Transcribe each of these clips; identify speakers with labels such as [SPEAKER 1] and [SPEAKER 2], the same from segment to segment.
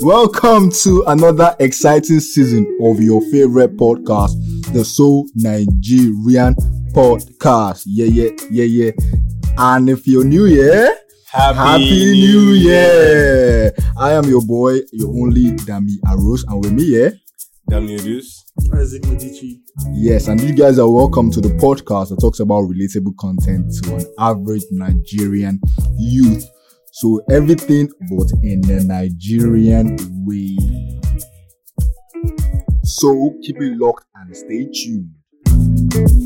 [SPEAKER 1] Welcome to another exciting season of your favorite podcast, the Soul Nigerian Podcast. Yeah, yeah, yeah, yeah. And if you're new here,
[SPEAKER 2] Happy,
[SPEAKER 1] Happy New Year! I am your boy, your only Dami Aros, and with me, yeah?
[SPEAKER 2] Damn you, Deuce.
[SPEAKER 3] Isaac Medici.
[SPEAKER 1] Yes, and you guys are welcome to the podcast that talks about relatable content to an average Nigerian youth. So everything but in the Nigerian way. So keep it locked and stay tuned.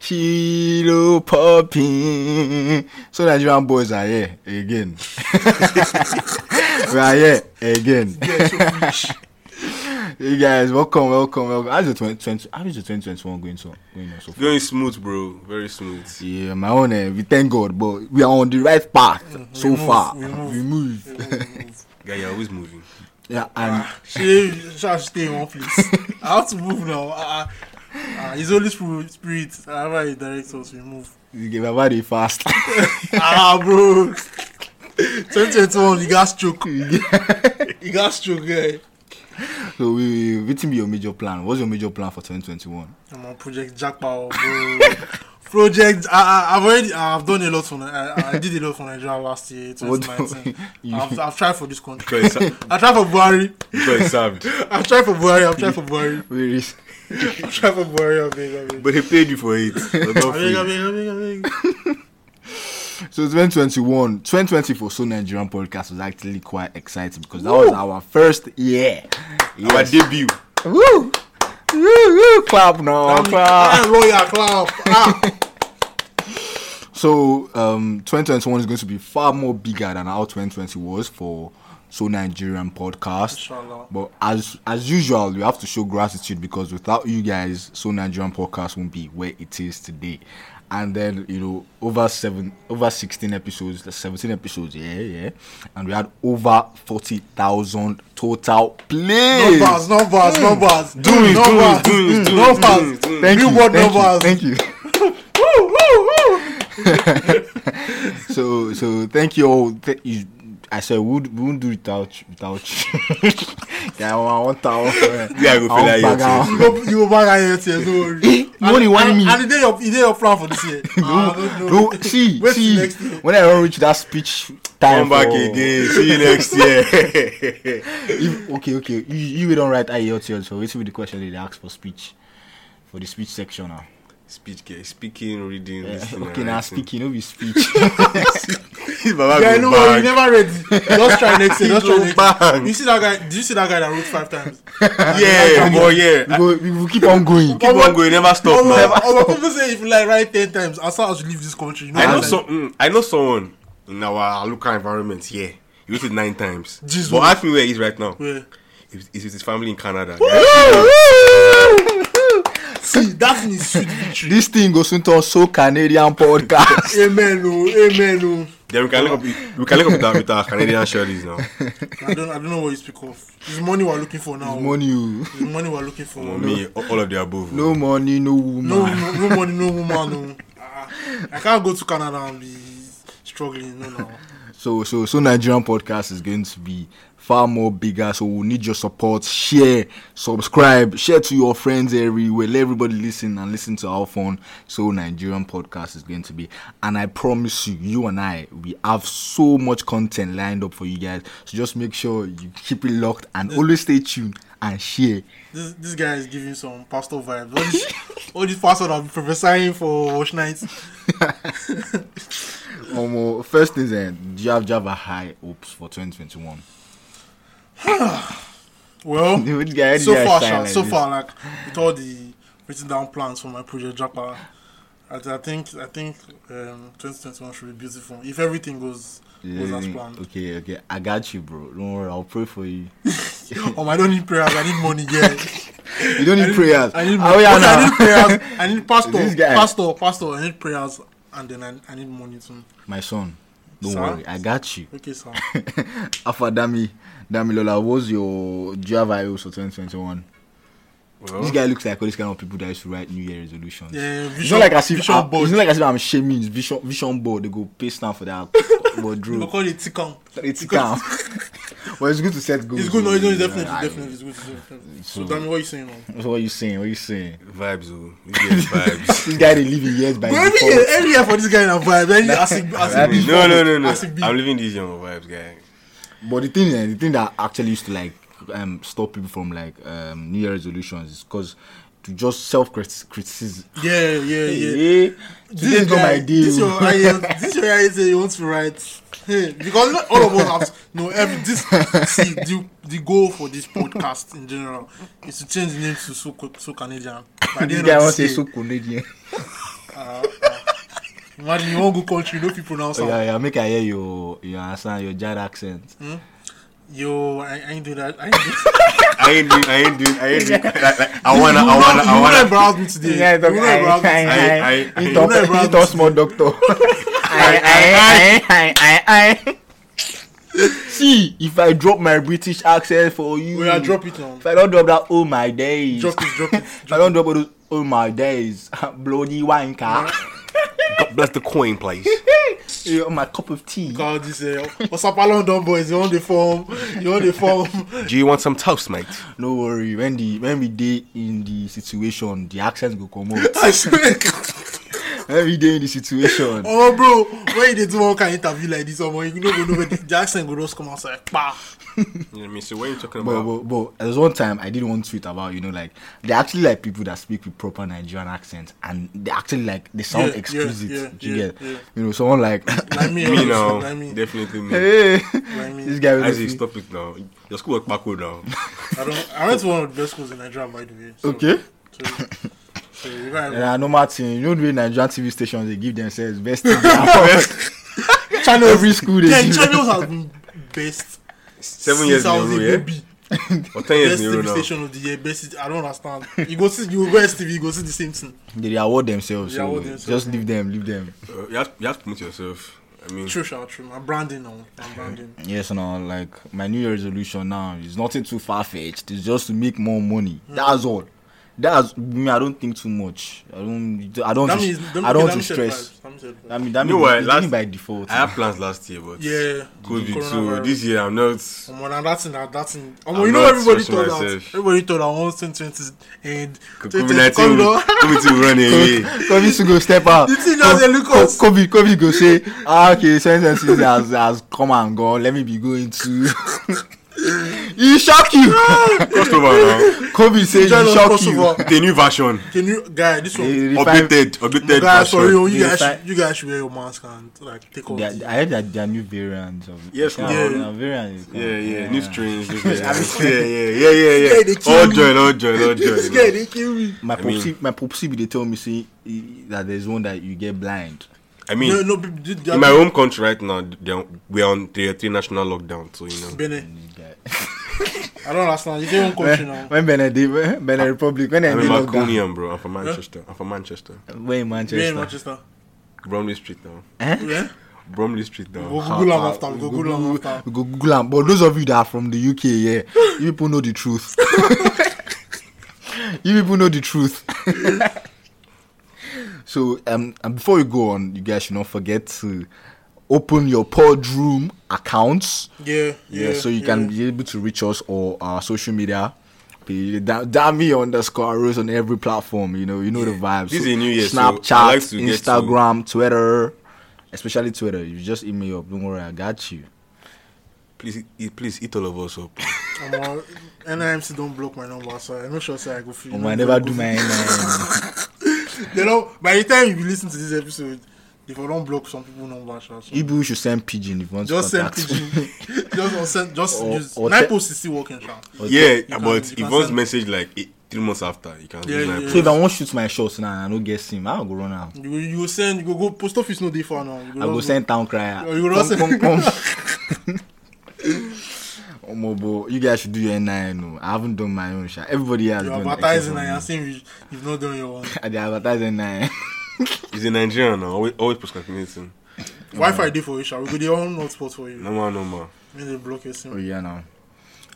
[SPEAKER 1] Chilo popping. So Nigerian boys are here again. we are here again. you guys, welcome, welcome, welcome. How's the 2020, how is the 2021 going so going on so far?
[SPEAKER 2] Going smooth, bro. Very smooth.
[SPEAKER 1] Yeah, my own. Eh, we thank God, but we are on the right path so
[SPEAKER 3] we move,
[SPEAKER 1] far.
[SPEAKER 3] we move.
[SPEAKER 1] We move.
[SPEAKER 2] Guy, you're always moving.
[SPEAKER 1] yeah, and
[SPEAKER 3] She shall stay in one place. I have to move now. Uh, uh, his Holy Spirit, spirit however he directs us, we move.
[SPEAKER 1] you get my body fast.
[SPEAKER 3] ah, bro. 2021, you got stroke. you got stroke, guy.
[SPEAKER 1] so we, waiting be your major plan. What's your major plan for 2021?
[SPEAKER 3] I'm on Project Jackpot, bro. Project, I, I, I've already, I've done a lot for, Ni- I, I did a lot for Nigeria last year,
[SPEAKER 1] What do
[SPEAKER 3] 2019.
[SPEAKER 1] you-
[SPEAKER 3] I've, I've tried for this country.
[SPEAKER 2] Because it's-
[SPEAKER 3] I tried for Buhari.
[SPEAKER 2] because it's served.
[SPEAKER 3] I've tried for Buhari. I've tried for Buhari.
[SPEAKER 1] Where is
[SPEAKER 3] I've tried for Buhari. I beg, I beg.
[SPEAKER 2] But he paid you for it. But not
[SPEAKER 3] I
[SPEAKER 2] free.
[SPEAKER 3] beg, I beg, I beg, I beg.
[SPEAKER 1] so 2021, 2020 for So Nigerian podcast was actually quite exciting because that was our first year.
[SPEAKER 2] Our
[SPEAKER 1] Yes.
[SPEAKER 2] debut.
[SPEAKER 1] Woo! Woo! Woo! Clap now!
[SPEAKER 3] I'm
[SPEAKER 1] Clap.
[SPEAKER 3] I'm lawyer clap. Ah.
[SPEAKER 1] So um, 2021 is going to be far more bigger than how 2020 was for So Nigerian podcast.
[SPEAKER 3] Inshallah.
[SPEAKER 1] But as as usual, we have to show gratitude because without you guys, So Nigerian Podcast won't be where it is today. And then you know, over seven, over sixteen episodes, the seventeen episodes, yeah, yeah. And we had over forty thousand total plays.
[SPEAKER 3] Numbers, numbers, numbers. Do
[SPEAKER 2] it, do it,
[SPEAKER 3] numbers,
[SPEAKER 2] do it, do it, do
[SPEAKER 3] numbers.
[SPEAKER 2] it, do it.
[SPEAKER 1] Thank you,
[SPEAKER 3] Billboard
[SPEAKER 1] thank you,
[SPEAKER 3] numbers.
[SPEAKER 1] thank you. so so thank you all. Th- you, I said we would we won't do without you- without you. yeah, I want that one.
[SPEAKER 2] Yeah, I go feel
[SPEAKER 1] want
[SPEAKER 2] like you
[SPEAKER 1] bag out.
[SPEAKER 2] too.
[SPEAKER 3] You go, you go back and yes, yes, don't worry.
[SPEAKER 1] You
[SPEAKER 3] And-
[SPEAKER 1] only want
[SPEAKER 3] and-
[SPEAKER 1] me.
[SPEAKER 3] And the day of, the day of plan for this year. Ah, I don't know.
[SPEAKER 1] No, see,
[SPEAKER 3] Wait till
[SPEAKER 1] see.
[SPEAKER 3] next year.
[SPEAKER 1] When I don't reach that speech time,
[SPEAKER 2] Come back
[SPEAKER 1] for-
[SPEAKER 2] again. See you next year.
[SPEAKER 1] If, okay, okay. You, you don't write IELTS, so it's with the question they ask for speech for the speech section now.
[SPEAKER 2] Speech, guy. Speaking, reading, listening.
[SPEAKER 1] okay,
[SPEAKER 2] and
[SPEAKER 1] now
[SPEAKER 2] writing.
[SPEAKER 1] speaking, no be speech.
[SPEAKER 2] Baba
[SPEAKER 3] Yeah,
[SPEAKER 2] go
[SPEAKER 3] no worry,
[SPEAKER 2] back.
[SPEAKER 3] you never ready. Just try next year. Just try
[SPEAKER 2] Go
[SPEAKER 3] next year.
[SPEAKER 2] back.
[SPEAKER 3] You see that guy? Did you see that guy that wrote five times?
[SPEAKER 2] Yeah,
[SPEAKER 3] Like,
[SPEAKER 2] boy, yeah.
[SPEAKER 1] we, go, we will keep on going.
[SPEAKER 2] Keep on going. Never stop, man.
[SPEAKER 3] Our, our Oh, people say if you like write ten times, as soon as you leave this country, you know.
[SPEAKER 2] I know
[SPEAKER 3] like,
[SPEAKER 2] some. Mm, I know someone in our local environment here. He wrote it nine times.
[SPEAKER 3] Jesus.
[SPEAKER 2] But ask me where he is right now.
[SPEAKER 3] Where?
[SPEAKER 2] He's he's with his family in Canada.
[SPEAKER 3] See, that's in his sweet victory.
[SPEAKER 1] this thing goes into so Canadian podcast.
[SPEAKER 3] Amen, oh, amen, oh.
[SPEAKER 2] Then we can link up. We can link up with our, with our Canadian shorties now.
[SPEAKER 3] I don't, I don't know what you speak of. It's money we're looking for now.
[SPEAKER 1] money, you.
[SPEAKER 3] It's money we're looking for.
[SPEAKER 2] For
[SPEAKER 3] No,
[SPEAKER 2] me, all of the above.
[SPEAKER 1] no money, no woman.
[SPEAKER 3] no, no, no money, no woman. No. Ah, I can't go to Canada and be struggling. No, no.
[SPEAKER 1] So so so Nigerian podcast is going to be far more bigger. So we need your support. Share, subscribe, share to your friends everywhere. Let everybody listen and listen to our phone. So Nigerian podcast is going to be. And I promise you, you and I, we have so much content lined up for you guys. So just make sure you keep it locked and always stay tuned and share.
[SPEAKER 3] This this guy is giving some pastor vibes. All this, all this pastor that I'm prophesying for watch nights.
[SPEAKER 1] Um, first things eh, do you have Java high hopes for 2021?
[SPEAKER 3] Well,
[SPEAKER 1] Which guy-
[SPEAKER 3] so
[SPEAKER 1] yeah,
[SPEAKER 3] far,
[SPEAKER 1] style
[SPEAKER 3] Sha,
[SPEAKER 1] like
[SPEAKER 3] so
[SPEAKER 1] this.
[SPEAKER 3] far, like with all the written down plans for my project Japa, I, I think I think um, 2021 should be beautiful if everything goes goes as planned.
[SPEAKER 1] Okay, okay, I got you, bro. Don't worry, I'll pray for you.
[SPEAKER 3] Um, I don't need prayers. I need money. Yeah.
[SPEAKER 1] You don't
[SPEAKER 3] I
[SPEAKER 1] need prayers.
[SPEAKER 3] I need,
[SPEAKER 1] Oh, yeah,
[SPEAKER 3] okay, I
[SPEAKER 1] nah.
[SPEAKER 3] need prayers. I need pastor.
[SPEAKER 1] This guy.
[SPEAKER 3] Pastor. Pastor. I need prayers, and then I, I need money too.
[SPEAKER 1] My son, Don't
[SPEAKER 3] Sir?
[SPEAKER 1] worry, I got you.
[SPEAKER 3] Okay, sir.
[SPEAKER 1] Alpha Dami, Dami Lola, what's your do you have IOs for 2021?
[SPEAKER 2] Well,
[SPEAKER 1] This guy looks like all these kind of people that used to write New Year resolutions.
[SPEAKER 3] Yeah, vision,
[SPEAKER 1] It's not like as if
[SPEAKER 3] vision
[SPEAKER 1] I'm,
[SPEAKER 3] board.
[SPEAKER 1] it's not like as if I'm shaming his vision vision board. They go pay now for that
[SPEAKER 3] They
[SPEAKER 1] wardrobe.
[SPEAKER 3] call it Tikam.
[SPEAKER 1] It's calm. well, it's good to set goals.
[SPEAKER 3] It's good, no, it's, no, it's
[SPEAKER 1] Yeah,
[SPEAKER 3] definitely,
[SPEAKER 1] I-
[SPEAKER 3] definitely, it's good. It's good. So, Dami, what are you saying now?
[SPEAKER 1] So what you saying? What you saying?
[SPEAKER 2] vibes, oh. Yes, vibes.
[SPEAKER 1] This guy they live in years by
[SPEAKER 3] Every
[SPEAKER 1] default.
[SPEAKER 3] year, every year for this guy in a vibe. Any, as he, as
[SPEAKER 1] That
[SPEAKER 3] he
[SPEAKER 1] is-
[SPEAKER 3] be-
[SPEAKER 2] no, no, no, no.
[SPEAKER 3] As he be-
[SPEAKER 2] I'm leaving these young vibes, guy.
[SPEAKER 1] But the thing, eh, the thing that actually used to like um stop people from like um New Year resolutions is because to just self criticism.
[SPEAKER 3] Yeah, yeah, yeah.
[SPEAKER 1] Hey,
[SPEAKER 3] This
[SPEAKER 1] today's not my
[SPEAKER 3] guy, this your
[SPEAKER 1] day.
[SPEAKER 3] IELTS, this your IELTS that you want to write. Hey, because not all of us have no every this see the the goal for this podcast in general is to change the name to so Co- so Canadian. By the
[SPEAKER 1] This
[SPEAKER 3] end
[SPEAKER 1] guy
[SPEAKER 3] of
[SPEAKER 1] wants
[SPEAKER 3] this
[SPEAKER 1] to
[SPEAKER 3] year,
[SPEAKER 1] say so Canadian.
[SPEAKER 3] imagine you won't go country, no people now.
[SPEAKER 1] Oh,
[SPEAKER 3] So
[SPEAKER 1] yeah, yeah, make I hear your your accent, your Jad accent.
[SPEAKER 3] yo, I, I ain't do that. I ain't do
[SPEAKER 2] I ain't doing, I ain't doing, I ain't doing. Like, like, I wanna, I wanna, I
[SPEAKER 3] You wanna
[SPEAKER 2] wanna.
[SPEAKER 3] embarrass me today.
[SPEAKER 1] Yeah,
[SPEAKER 3] you wanna embarrass me.
[SPEAKER 2] I- I- I-
[SPEAKER 1] He talk,
[SPEAKER 3] I-
[SPEAKER 1] he talk small doctor. I, I, I, I, I, See, if I drop my British accent for you,
[SPEAKER 3] We are Oh, drop it now.
[SPEAKER 1] If I don't drop that, oh my days.
[SPEAKER 3] Drop it, drop it.
[SPEAKER 1] if I don't drop all those, oh my days. Bloody wanker.
[SPEAKER 2] God bless the coin, please.
[SPEAKER 1] Yeah, oh, my cup of tea.
[SPEAKER 3] Call this uh, what's up, London boys? You on the form? You on the form?
[SPEAKER 2] Do you want some toast, mate?
[SPEAKER 1] No worry. When the when we day in the situation, the accent go come out.
[SPEAKER 3] I swear.
[SPEAKER 1] when we day in the situation.
[SPEAKER 3] Oh, bro, when they do one kind of interview like this, or you know, go know where the the accent go just come outside. Pa.
[SPEAKER 2] You know what I mean? So what are you talking
[SPEAKER 1] But, but,
[SPEAKER 2] about?
[SPEAKER 1] but there was one time I did one tweet about you know like they're actually like people that speak with proper Nigerian accents and they actually like they sound
[SPEAKER 3] Yeah, yeah,
[SPEAKER 1] exquisite.
[SPEAKER 3] yeah,
[SPEAKER 1] do you
[SPEAKER 3] yeah,
[SPEAKER 1] get
[SPEAKER 3] yeah.
[SPEAKER 1] you know someone like
[SPEAKER 3] Like me,
[SPEAKER 2] me
[SPEAKER 3] obviously,
[SPEAKER 2] now,
[SPEAKER 3] Like me.
[SPEAKER 2] definitely me.
[SPEAKER 1] hey
[SPEAKER 3] Like me.
[SPEAKER 1] this guy will
[SPEAKER 2] Isaac,
[SPEAKER 1] see-
[SPEAKER 2] stop it now. Your school work back now.
[SPEAKER 3] I don't. I went to one of the best schools in Nigeria, by the way. So,
[SPEAKER 1] okay.
[SPEAKER 3] So, so you guys,
[SPEAKER 1] And I know Martin, you know the way Nigerian TV stations they give themselves best TV channel every school they
[SPEAKER 3] yeah,
[SPEAKER 1] give.
[SPEAKER 3] channels have been best.
[SPEAKER 2] Seven years
[SPEAKER 3] since
[SPEAKER 2] in
[SPEAKER 3] I
[SPEAKER 2] a
[SPEAKER 3] was
[SPEAKER 2] row,
[SPEAKER 3] a
[SPEAKER 2] yeah?
[SPEAKER 3] baby.
[SPEAKER 2] Or ten years
[SPEAKER 3] Best
[SPEAKER 2] in a row
[SPEAKER 3] TV
[SPEAKER 2] now.
[SPEAKER 3] station of the year. Best. I don't understand. You go see. You go TV. You go see the same thing.
[SPEAKER 1] They award themselves.
[SPEAKER 3] They
[SPEAKER 1] so
[SPEAKER 3] award themselves,
[SPEAKER 1] Just leave them, leave them.
[SPEAKER 2] Uh, you, have, you have to promote yourself. I mean,
[SPEAKER 3] True, shout, true. I'm branding now. I'm branding.
[SPEAKER 1] Yes, no, like my New Year resolution now is nothing too far fetched. It's just to make more money.
[SPEAKER 3] Hmm.
[SPEAKER 1] That's all. That's me. I don't think too much. I don't. I don't.
[SPEAKER 3] That
[SPEAKER 1] to-
[SPEAKER 3] means. that
[SPEAKER 1] I don't
[SPEAKER 3] means
[SPEAKER 1] to
[SPEAKER 3] said
[SPEAKER 1] stress.
[SPEAKER 3] vibes, that means said vibes.
[SPEAKER 1] I mean, that
[SPEAKER 2] You know
[SPEAKER 1] means
[SPEAKER 2] what,
[SPEAKER 1] it's
[SPEAKER 2] last-
[SPEAKER 1] only by default.
[SPEAKER 2] I had plans last year, but
[SPEAKER 3] Yeah.
[SPEAKER 2] COVID. So
[SPEAKER 3] Coronavirus.
[SPEAKER 2] this year I'm not.
[SPEAKER 3] Omo, na that thing, na that thing. Omo,
[SPEAKER 2] I'm
[SPEAKER 3] you know
[SPEAKER 2] not
[SPEAKER 3] everybody
[SPEAKER 2] stressing
[SPEAKER 3] thought that.
[SPEAKER 2] myself.
[SPEAKER 3] Everybody thought that once 2020 and
[SPEAKER 2] COVID nineteen. COVID to run eh, away.
[SPEAKER 1] COVID to go step out.
[SPEAKER 3] The thing now,
[SPEAKER 1] Co-
[SPEAKER 3] they look
[SPEAKER 1] co-
[SPEAKER 3] us.
[SPEAKER 1] COVID, COVID go say, ah, okay, sentence has, has come and gone. Let me be going to. he shock you.
[SPEAKER 2] Crossover
[SPEAKER 1] COVID say he
[SPEAKER 3] Join us
[SPEAKER 1] shock you.
[SPEAKER 2] now. The new version.
[SPEAKER 3] Can you, guy, this
[SPEAKER 1] They
[SPEAKER 3] one,
[SPEAKER 1] revive-
[SPEAKER 2] Updated. Updated
[SPEAKER 3] guy, sorry,
[SPEAKER 2] version.
[SPEAKER 3] oh, you
[SPEAKER 1] They
[SPEAKER 3] guys,
[SPEAKER 1] fi-
[SPEAKER 3] should- you guys should wear your mask and like take off.
[SPEAKER 1] They are-
[SPEAKER 3] the-
[SPEAKER 1] I heard that there are new variants of.
[SPEAKER 2] Yes,
[SPEAKER 1] yeah,
[SPEAKER 3] now.
[SPEAKER 1] yeah. variants.
[SPEAKER 2] Yeah, yeah. New strains. new strains.
[SPEAKER 1] I
[SPEAKER 2] Yeah, yeah, yeah, yeah,
[SPEAKER 3] Yeah, they
[SPEAKER 2] yeah.
[SPEAKER 3] kill
[SPEAKER 2] All
[SPEAKER 3] me.
[SPEAKER 2] join, all join, all
[SPEAKER 3] This guy,
[SPEAKER 2] join.
[SPEAKER 3] they kill me.
[SPEAKER 1] My
[SPEAKER 2] I mean-
[SPEAKER 1] popsy, my popsy, be they tell me say eh, that there's one that you get blind.
[SPEAKER 2] I
[SPEAKER 3] No,
[SPEAKER 2] mean,
[SPEAKER 3] no, be- be- they
[SPEAKER 2] in my
[SPEAKER 3] are-
[SPEAKER 2] home country right now, they are- we are on tier three national lockdown. So you know.
[SPEAKER 3] Benin.
[SPEAKER 1] Yeah.
[SPEAKER 3] I don't understand. You say one country
[SPEAKER 1] When,
[SPEAKER 3] now.
[SPEAKER 1] when Benedict, when Benin
[SPEAKER 2] Ah.
[SPEAKER 1] Republic, when
[SPEAKER 2] I'm
[SPEAKER 1] they
[SPEAKER 2] a
[SPEAKER 1] lock down,
[SPEAKER 2] Macunian, bro. I'm from Manchester. I'm from Manchester.
[SPEAKER 1] when
[SPEAKER 3] We're
[SPEAKER 1] Manchester. Eh?
[SPEAKER 3] in Manchester.
[SPEAKER 2] Bromley Street now.
[SPEAKER 3] Yeah?
[SPEAKER 2] Bromley Street
[SPEAKER 3] Go
[SPEAKER 2] now.
[SPEAKER 3] Google am
[SPEAKER 1] Ah,
[SPEAKER 3] after.
[SPEAKER 1] we
[SPEAKER 3] Go Google am after.
[SPEAKER 1] we go Google am. But those of you that are from the UK, yeah, you people know the truth. you people know the truth. so um, and before you go on, you guys should not forget to open your Podroom accounts.
[SPEAKER 3] Yeah,
[SPEAKER 1] Yeah,
[SPEAKER 3] yeah.
[SPEAKER 1] so you can
[SPEAKER 3] yeah.
[SPEAKER 1] be able to reach us or our social media. Be- da- Dami underscore Rose on every platform. You know, you know the vibes.
[SPEAKER 2] This is a new year, so
[SPEAKER 1] Snapchat,
[SPEAKER 2] I like to get to-
[SPEAKER 1] Instagram, Twitter, especially Twitter. You just email me up. Don't worry, I got you.
[SPEAKER 2] Please, eat- please eat all of us up.
[SPEAKER 3] Omo, NIMC don't block my number, so I make sure say I go free.
[SPEAKER 1] Um, I never do my NIN.
[SPEAKER 3] They don't. By the time you listen to this episode, if I don't block some people, number, sha, so.
[SPEAKER 1] You people should send pigeon if you want to
[SPEAKER 3] just send
[SPEAKER 1] contact.
[SPEAKER 3] pigeon just on send just
[SPEAKER 1] Or-
[SPEAKER 3] use
[SPEAKER 1] or
[SPEAKER 3] nine
[SPEAKER 1] Oh, te- Oh,
[SPEAKER 3] post is still working sha
[SPEAKER 2] Yeah,
[SPEAKER 3] can-
[SPEAKER 2] but
[SPEAKER 3] you
[SPEAKER 2] if
[SPEAKER 3] can
[SPEAKER 2] one's
[SPEAKER 3] send-
[SPEAKER 2] message like eight, three months after, you can
[SPEAKER 3] Yeah,
[SPEAKER 2] use my
[SPEAKER 3] yeah.
[SPEAKER 1] so if I won't shoot my shots now and I don't get him, I'll go run out.
[SPEAKER 3] you go you go send you go go post office no dey far now you
[SPEAKER 1] I go
[SPEAKER 3] just
[SPEAKER 1] send town crier.
[SPEAKER 3] You will not
[SPEAKER 1] Come,
[SPEAKER 3] send-
[SPEAKER 1] come, come. Omo, but Oh, you guys should do your NIN. oh. I haven't done my own. Sha. Everybody has
[SPEAKER 3] you
[SPEAKER 1] done
[SPEAKER 3] advertising
[SPEAKER 1] except
[SPEAKER 3] and
[SPEAKER 1] for me.
[SPEAKER 3] you're saying you you've not done your own
[SPEAKER 1] They advertise at nine.
[SPEAKER 2] He's a Nigerian now. Always, always procrastinating.
[SPEAKER 3] Wi-Fi dey for you, sha. We go dey on hotspot for you.
[SPEAKER 2] Normal, normal.
[SPEAKER 3] Make they block your
[SPEAKER 1] Oh
[SPEAKER 3] SIM.
[SPEAKER 1] yeah, now.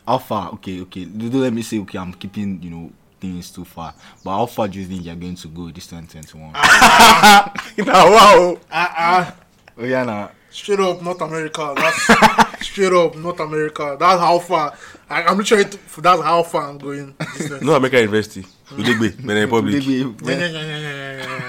[SPEAKER 1] How far? Okay, okay. Do do let me say okay. I'm keeping you know things too far. But how far do you think you're going to go this 2021? Ah,
[SPEAKER 2] now, wow.
[SPEAKER 3] Ah ah.
[SPEAKER 1] Oh yeah, now.
[SPEAKER 3] Straight up North America. That's straight up North America. That's how far. I, I'm literally. T- that's how far I'm going. This time.
[SPEAKER 2] No American University. Udegbe, Benin Republic.
[SPEAKER 3] Yeah,
[SPEAKER 1] Public.
[SPEAKER 3] yeah, yeah, yeah, yeah,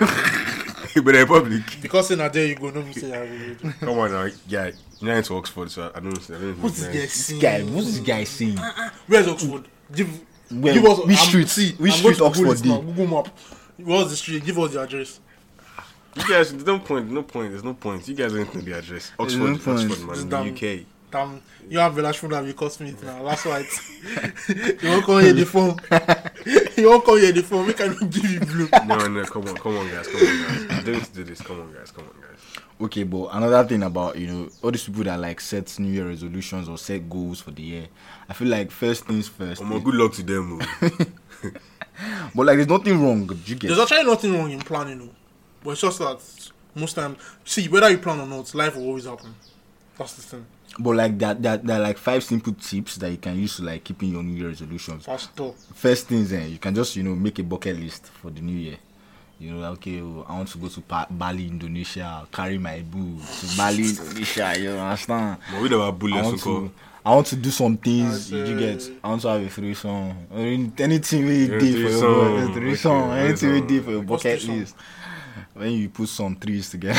[SPEAKER 3] yeah.
[SPEAKER 2] Benin Republic.
[SPEAKER 3] because in a day you go, no me say I will.
[SPEAKER 2] Come on, now. Yeah, United to Oxford, so I don't, I don't
[SPEAKER 3] What's
[SPEAKER 2] know.
[SPEAKER 3] this
[SPEAKER 1] Guy, what's this guy saying?
[SPEAKER 3] Ah, Where's Oxford? Give,
[SPEAKER 1] Where-
[SPEAKER 3] give us
[SPEAKER 1] which
[SPEAKER 3] I'm-
[SPEAKER 1] street?
[SPEAKER 3] See,
[SPEAKER 1] Which
[SPEAKER 3] I'm going
[SPEAKER 1] street
[SPEAKER 3] to Google
[SPEAKER 1] Oxford
[SPEAKER 3] it now,
[SPEAKER 1] dey?
[SPEAKER 3] Google map. What's the street? Give us the address.
[SPEAKER 2] You guys, there's no point, no point, there's no point. You guys don't need the address. Oxford,
[SPEAKER 1] no point.
[SPEAKER 2] Oxford, man,
[SPEAKER 3] It's
[SPEAKER 2] in
[SPEAKER 3] dumb.
[SPEAKER 2] the UK.
[SPEAKER 3] Damn, you and Village Funda will cost me it now. That's why it's, you won't come here the phone. you won't come here the phone. We can give you blue.
[SPEAKER 2] No, no, come on, come on, guys, come on, guys. Don't do this. Come on, guys, come on, guys.
[SPEAKER 1] Okay, but another thing about you know all these people that like set New Year resolutions or set goals for the year, I feel like first things first.
[SPEAKER 2] Omo, Oh, good luck to them. oh.
[SPEAKER 1] But like, there's nothing wrong. Do you
[SPEAKER 3] There's
[SPEAKER 1] get?
[SPEAKER 3] actually nothing wrong in planning, though. But it's just that most time, see, whether you plan or not, life will always happen. That's the thing.
[SPEAKER 1] But like that, that, that like five simple tips that you can use to like keeping your New Year resolutions.
[SPEAKER 3] Fast talk.
[SPEAKER 1] First things, eh, you can just you know make a bucket list for the New Year. You know, okay, oh, I want to go to pa- Bali, Indonesia. I'll carry my boo to Bali, Indonesia. You understand?
[SPEAKER 2] Omo, we never bull
[SPEAKER 1] I
[SPEAKER 2] lesson
[SPEAKER 1] want
[SPEAKER 2] call.
[SPEAKER 1] to. I want to do some things.
[SPEAKER 3] As,
[SPEAKER 1] you get.
[SPEAKER 3] uh,
[SPEAKER 1] I want to have a threesome. I mean, anything we
[SPEAKER 2] Yeah,
[SPEAKER 1] did for your
[SPEAKER 2] threesome.
[SPEAKER 1] bucket, threesome.
[SPEAKER 2] Okay,
[SPEAKER 1] Anything we
[SPEAKER 2] threesome.
[SPEAKER 1] did for your
[SPEAKER 3] What's
[SPEAKER 1] bucket
[SPEAKER 3] threesome?
[SPEAKER 1] list. When you put some trees together,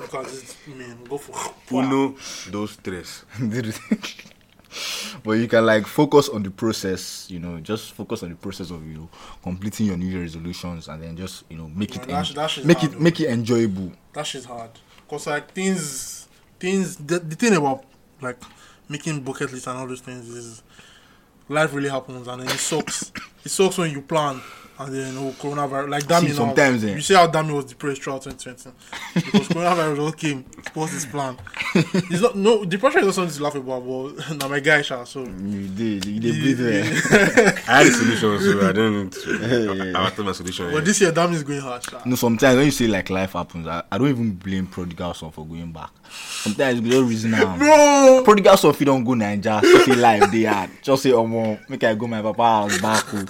[SPEAKER 3] Look at this man. Go for
[SPEAKER 2] Uno, dos, tres.
[SPEAKER 1] but you can like focus on the process. You know, just focus on the process of you know, completing your New Year resolutions, and then just you know make
[SPEAKER 3] Yeah,
[SPEAKER 1] it
[SPEAKER 3] that
[SPEAKER 1] en-
[SPEAKER 3] shit- that shit's
[SPEAKER 1] make
[SPEAKER 3] hard,
[SPEAKER 1] it
[SPEAKER 3] though.
[SPEAKER 1] make it enjoyable.
[SPEAKER 3] That shit's hard. Cause like things, things. The, the thing about like making bucket lists and all those things is life really happens, and then it sucks. it sucks when you plan. And then oh, coronavirus, like Dami
[SPEAKER 1] See,
[SPEAKER 3] now.
[SPEAKER 1] sometimes, eh.
[SPEAKER 3] You see how Dami was depressed throughout 2020 because coronavirus all came. What's his plan? It's not no depression is not something to laugh about, but now my guy, sha, so
[SPEAKER 1] You did, you did breathe well.
[SPEAKER 2] I had a solution, so I didn't need to. I, I had my solution.
[SPEAKER 3] But
[SPEAKER 2] yeah.
[SPEAKER 3] this year Dami is going hard. Sha.
[SPEAKER 1] You know, sometimes when you say like life happens, I, I don't even blame prodigal son for going back. Sometimes you don't reason now.
[SPEAKER 3] Bro,
[SPEAKER 1] prodigal son fit don go naija see life dey hard just say omo make i go my papa house back o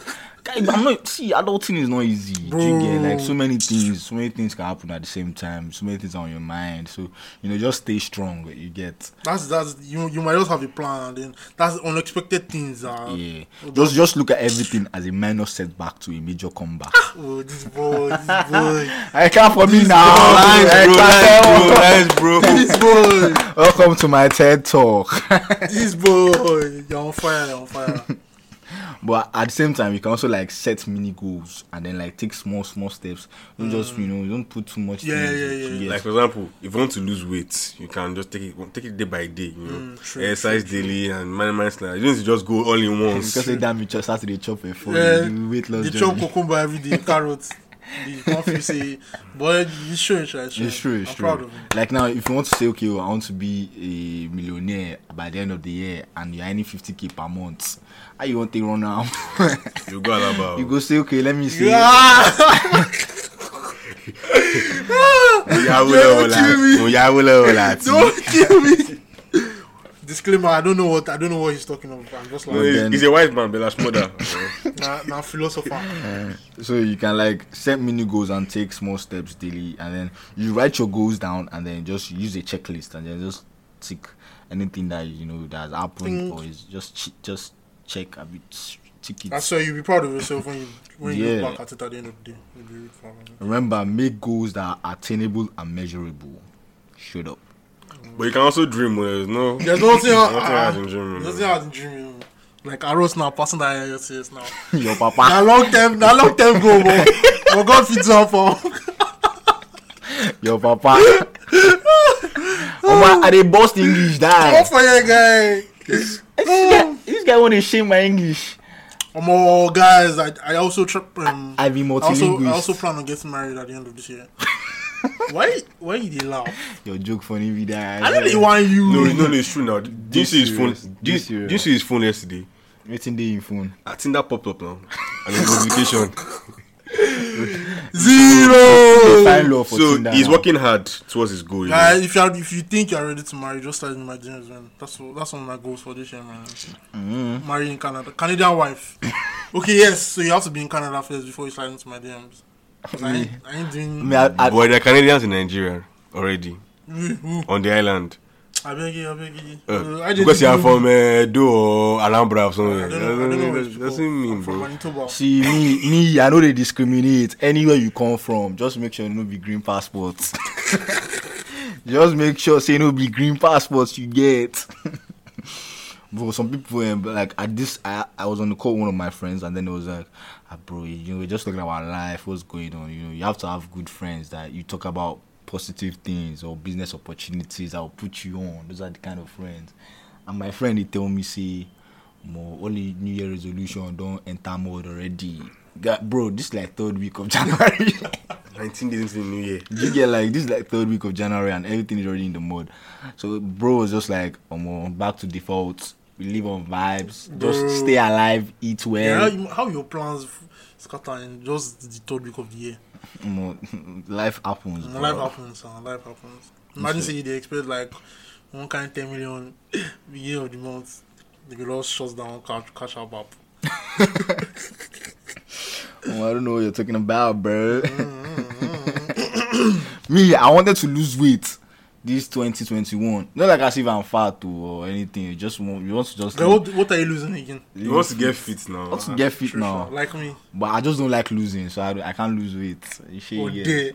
[SPEAKER 1] guy i'm not see adulting is not easy Do you get like so many things so many things can happen at the same time so many things are on your mind so you know just stay strong you get
[SPEAKER 3] that's that's you. You might just have a plan, and then that's unexpected things. Are,
[SPEAKER 1] yeah just just look at everything as a minor setback to a major comeback
[SPEAKER 3] Oh, this boy, this boy.
[SPEAKER 1] i come for me now
[SPEAKER 2] Nice,
[SPEAKER 1] I clap.
[SPEAKER 2] bro. Nice, bro. Nice, bro.
[SPEAKER 3] this boy,
[SPEAKER 1] welcome to my ted talk
[SPEAKER 3] this boy, you're on fire, you're on fire.
[SPEAKER 1] But at the same time, you can also like set mini goals and then like take small, small steps. Don't just you know, don't put too much.
[SPEAKER 3] Mm. Yeah,
[SPEAKER 1] things
[SPEAKER 3] yeah,
[SPEAKER 1] that you
[SPEAKER 3] yeah.
[SPEAKER 1] get.
[SPEAKER 2] Like for example, if you want to lose weight, you can just take it take it day by day. You know,
[SPEAKER 3] Mm, true,
[SPEAKER 2] exercise daily and man man You don't need to just go all in once.
[SPEAKER 1] because they damn just Saturday chop a phone,
[SPEAKER 3] Yeah,
[SPEAKER 1] do weight loss
[SPEAKER 3] Eh, they chop
[SPEAKER 1] journey.
[SPEAKER 3] cucumber every day, carrots. You can't feel say, boy, it's true, it's true. It's
[SPEAKER 1] It's true, it's
[SPEAKER 3] I'm
[SPEAKER 1] true.
[SPEAKER 3] proud of him.
[SPEAKER 1] Like now, if you want to say, okay, well, I want to be a millionaire by the end of the year, and you're earning 50k per month, how you want to run now?
[SPEAKER 2] You go alaba.
[SPEAKER 1] you go say, okay, let me see.
[SPEAKER 3] Yeah,
[SPEAKER 2] Yawula ola. Yawula
[SPEAKER 3] don't kill me. Disclaimer: I don't know what I don't know what he's talking about. I'm just like
[SPEAKER 1] Yeah.
[SPEAKER 2] ola. He's a wise man, Bella Schmoder.
[SPEAKER 3] now, now philosopher.
[SPEAKER 1] So you can like set mini goals and take small steps daily, and then you write your goals down, and then just use a checklist, and then just tick anything that you know that has happened,
[SPEAKER 3] Think.
[SPEAKER 1] or is just ch- just check a bit, tick it.
[SPEAKER 3] That's why you'll be proud of yourself when you when you
[SPEAKER 1] Yeah.
[SPEAKER 3] look back at it at the end of the day. You'll be really proud of it.
[SPEAKER 1] Remember, make goals that are attainable and measurable. Shut up.
[SPEAKER 2] But you can also dream. oh, There's no.
[SPEAKER 3] There's nothing.
[SPEAKER 2] There's
[SPEAKER 3] uh,
[SPEAKER 2] nothing hard in
[SPEAKER 3] uh,
[SPEAKER 2] dreaming.
[SPEAKER 3] Nothing
[SPEAKER 2] man.
[SPEAKER 3] out in dreaming. Like Arrows now, passing that ALCS now.
[SPEAKER 1] your
[SPEAKER 3] na
[SPEAKER 1] papa,
[SPEAKER 3] long term na long term goal o but god fit do am for
[SPEAKER 1] your papa. Omo, I dey bust English
[SPEAKER 3] am
[SPEAKER 1] die.
[SPEAKER 3] for here guy
[SPEAKER 1] This guy, this guy want to shame my English.
[SPEAKER 3] omo guys i i also tra- um,
[SPEAKER 1] I be
[SPEAKER 3] I also
[SPEAKER 1] multilingual.
[SPEAKER 3] i also plan on getting married at the end of this year why why you dey laugh
[SPEAKER 1] your joke funny be that.
[SPEAKER 3] i really wan you
[SPEAKER 2] No, no, no, it's true now. Do you see his phone?
[SPEAKER 1] serious.
[SPEAKER 2] Do
[SPEAKER 1] Be
[SPEAKER 2] you
[SPEAKER 1] serious.
[SPEAKER 2] do you see his phone yesterday? Ah,
[SPEAKER 1] Waiting day in phone.
[SPEAKER 2] I think that popped up now. And it's notification.
[SPEAKER 1] Find
[SPEAKER 3] Zero.
[SPEAKER 1] love for
[SPEAKER 2] So
[SPEAKER 1] Tinder
[SPEAKER 2] he's
[SPEAKER 1] now.
[SPEAKER 2] working hard towards his goal. you know.
[SPEAKER 3] Guys, if you are, if you think you are ready to marry, just start in my dreams, man. That's what, that's one of my goals for this year, man.
[SPEAKER 1] Mm-hmm.
[SPEAKER 3] Marry in Canada, Canadian wife. okay, yes. So you have to be in Canada first before you slide into my DMs. 'Cause I ain't, I ain't doing.
[SPEAKER 1] Me, I- I-
[SPEAKER 2] But there are Canadians in Nigeria already on the island
[SPEAKER 3] I beg you, I beg you.
[SPEAKER 2] Uh,
[SPEAKER 3] Uh, I just-
[SPEAKER 2] because you are from uh, Do or Alhambra or
[SPEAKER 3] I
[SPEAKER 2] somewhere. Uh,
[SPEAKER 3] don't know. I don't know where it's
[SPEAKER 2] eh, Doesn't
[SPEAKER 3] called.
[SPEAKER 2] mean,
[SPEAKER 3] I'm from
[SPEAKER 2] bro.
[SPEAKER 3] Manitoba.
[SPEAKER 1] See me, me. I know they discriminate anywhere you come from. Just make sure you no be green passports. Just make sure say no be green passports you get. bro, some people um, like at this. I I was on the call with one of my friends, and then it was like, ah, bro, you know, we're just talking about life, what's going on. You know, you have to have good friends that you talk about positive things or business opportunities that will put you on. Those are the kind of friends. And my friend, he tell me, say, more only New Year resolution don't enter mode already. God, bro, this like third week of January.
[SPEAKER 2] 19 days into the new year.
[SPEAKER 1] you get like this like third week of January and everything is already in the mode. So bro was just like, um, back to default. We live on vibes.
[SPEAKER 3] Bro.
[SPEAKER 1] Just stay alive, eat
[SPEAKER 3] Yeah,
[SPEAKER 1] well.
[SPEAKER 3] how, how your plans f- scatter in just the third week of the year?
[SPEAKER 1] Omo, life happens. Bro.
[SPEAKER 3] Life happens, uh, life happens. Imagine say they expect like one kind ten million beginning of the month, they will all shut down cash cash up up.
[SPEAKER 1] Omo, I don't know what you're talking about, bro.
[SPEAKER 3] Mm,
[SPEAKER 1] Me, I wanted to lose weight this 2021. Not like as if I'm fat too or anything. You just want you want to just
[SPEAKER 3] Then what, what are you losing again?
[SPEAKER 2] He wants to get fit now.
[SPEAKER 1] want to
[SPEAKER 3] uh,
[SPEAKER 1] get fit
[SPEAKER 3] True,
[SPEAKER 1] now.
[SPEAKER 3] sure. like me.
[SPEAKER 1] But I just don't like losing, so I, don't- I can't lose weight. You shey
[SPEAKER 3] Oh,
[SPEAKER 1] get.
[SPEAKER 3] dear.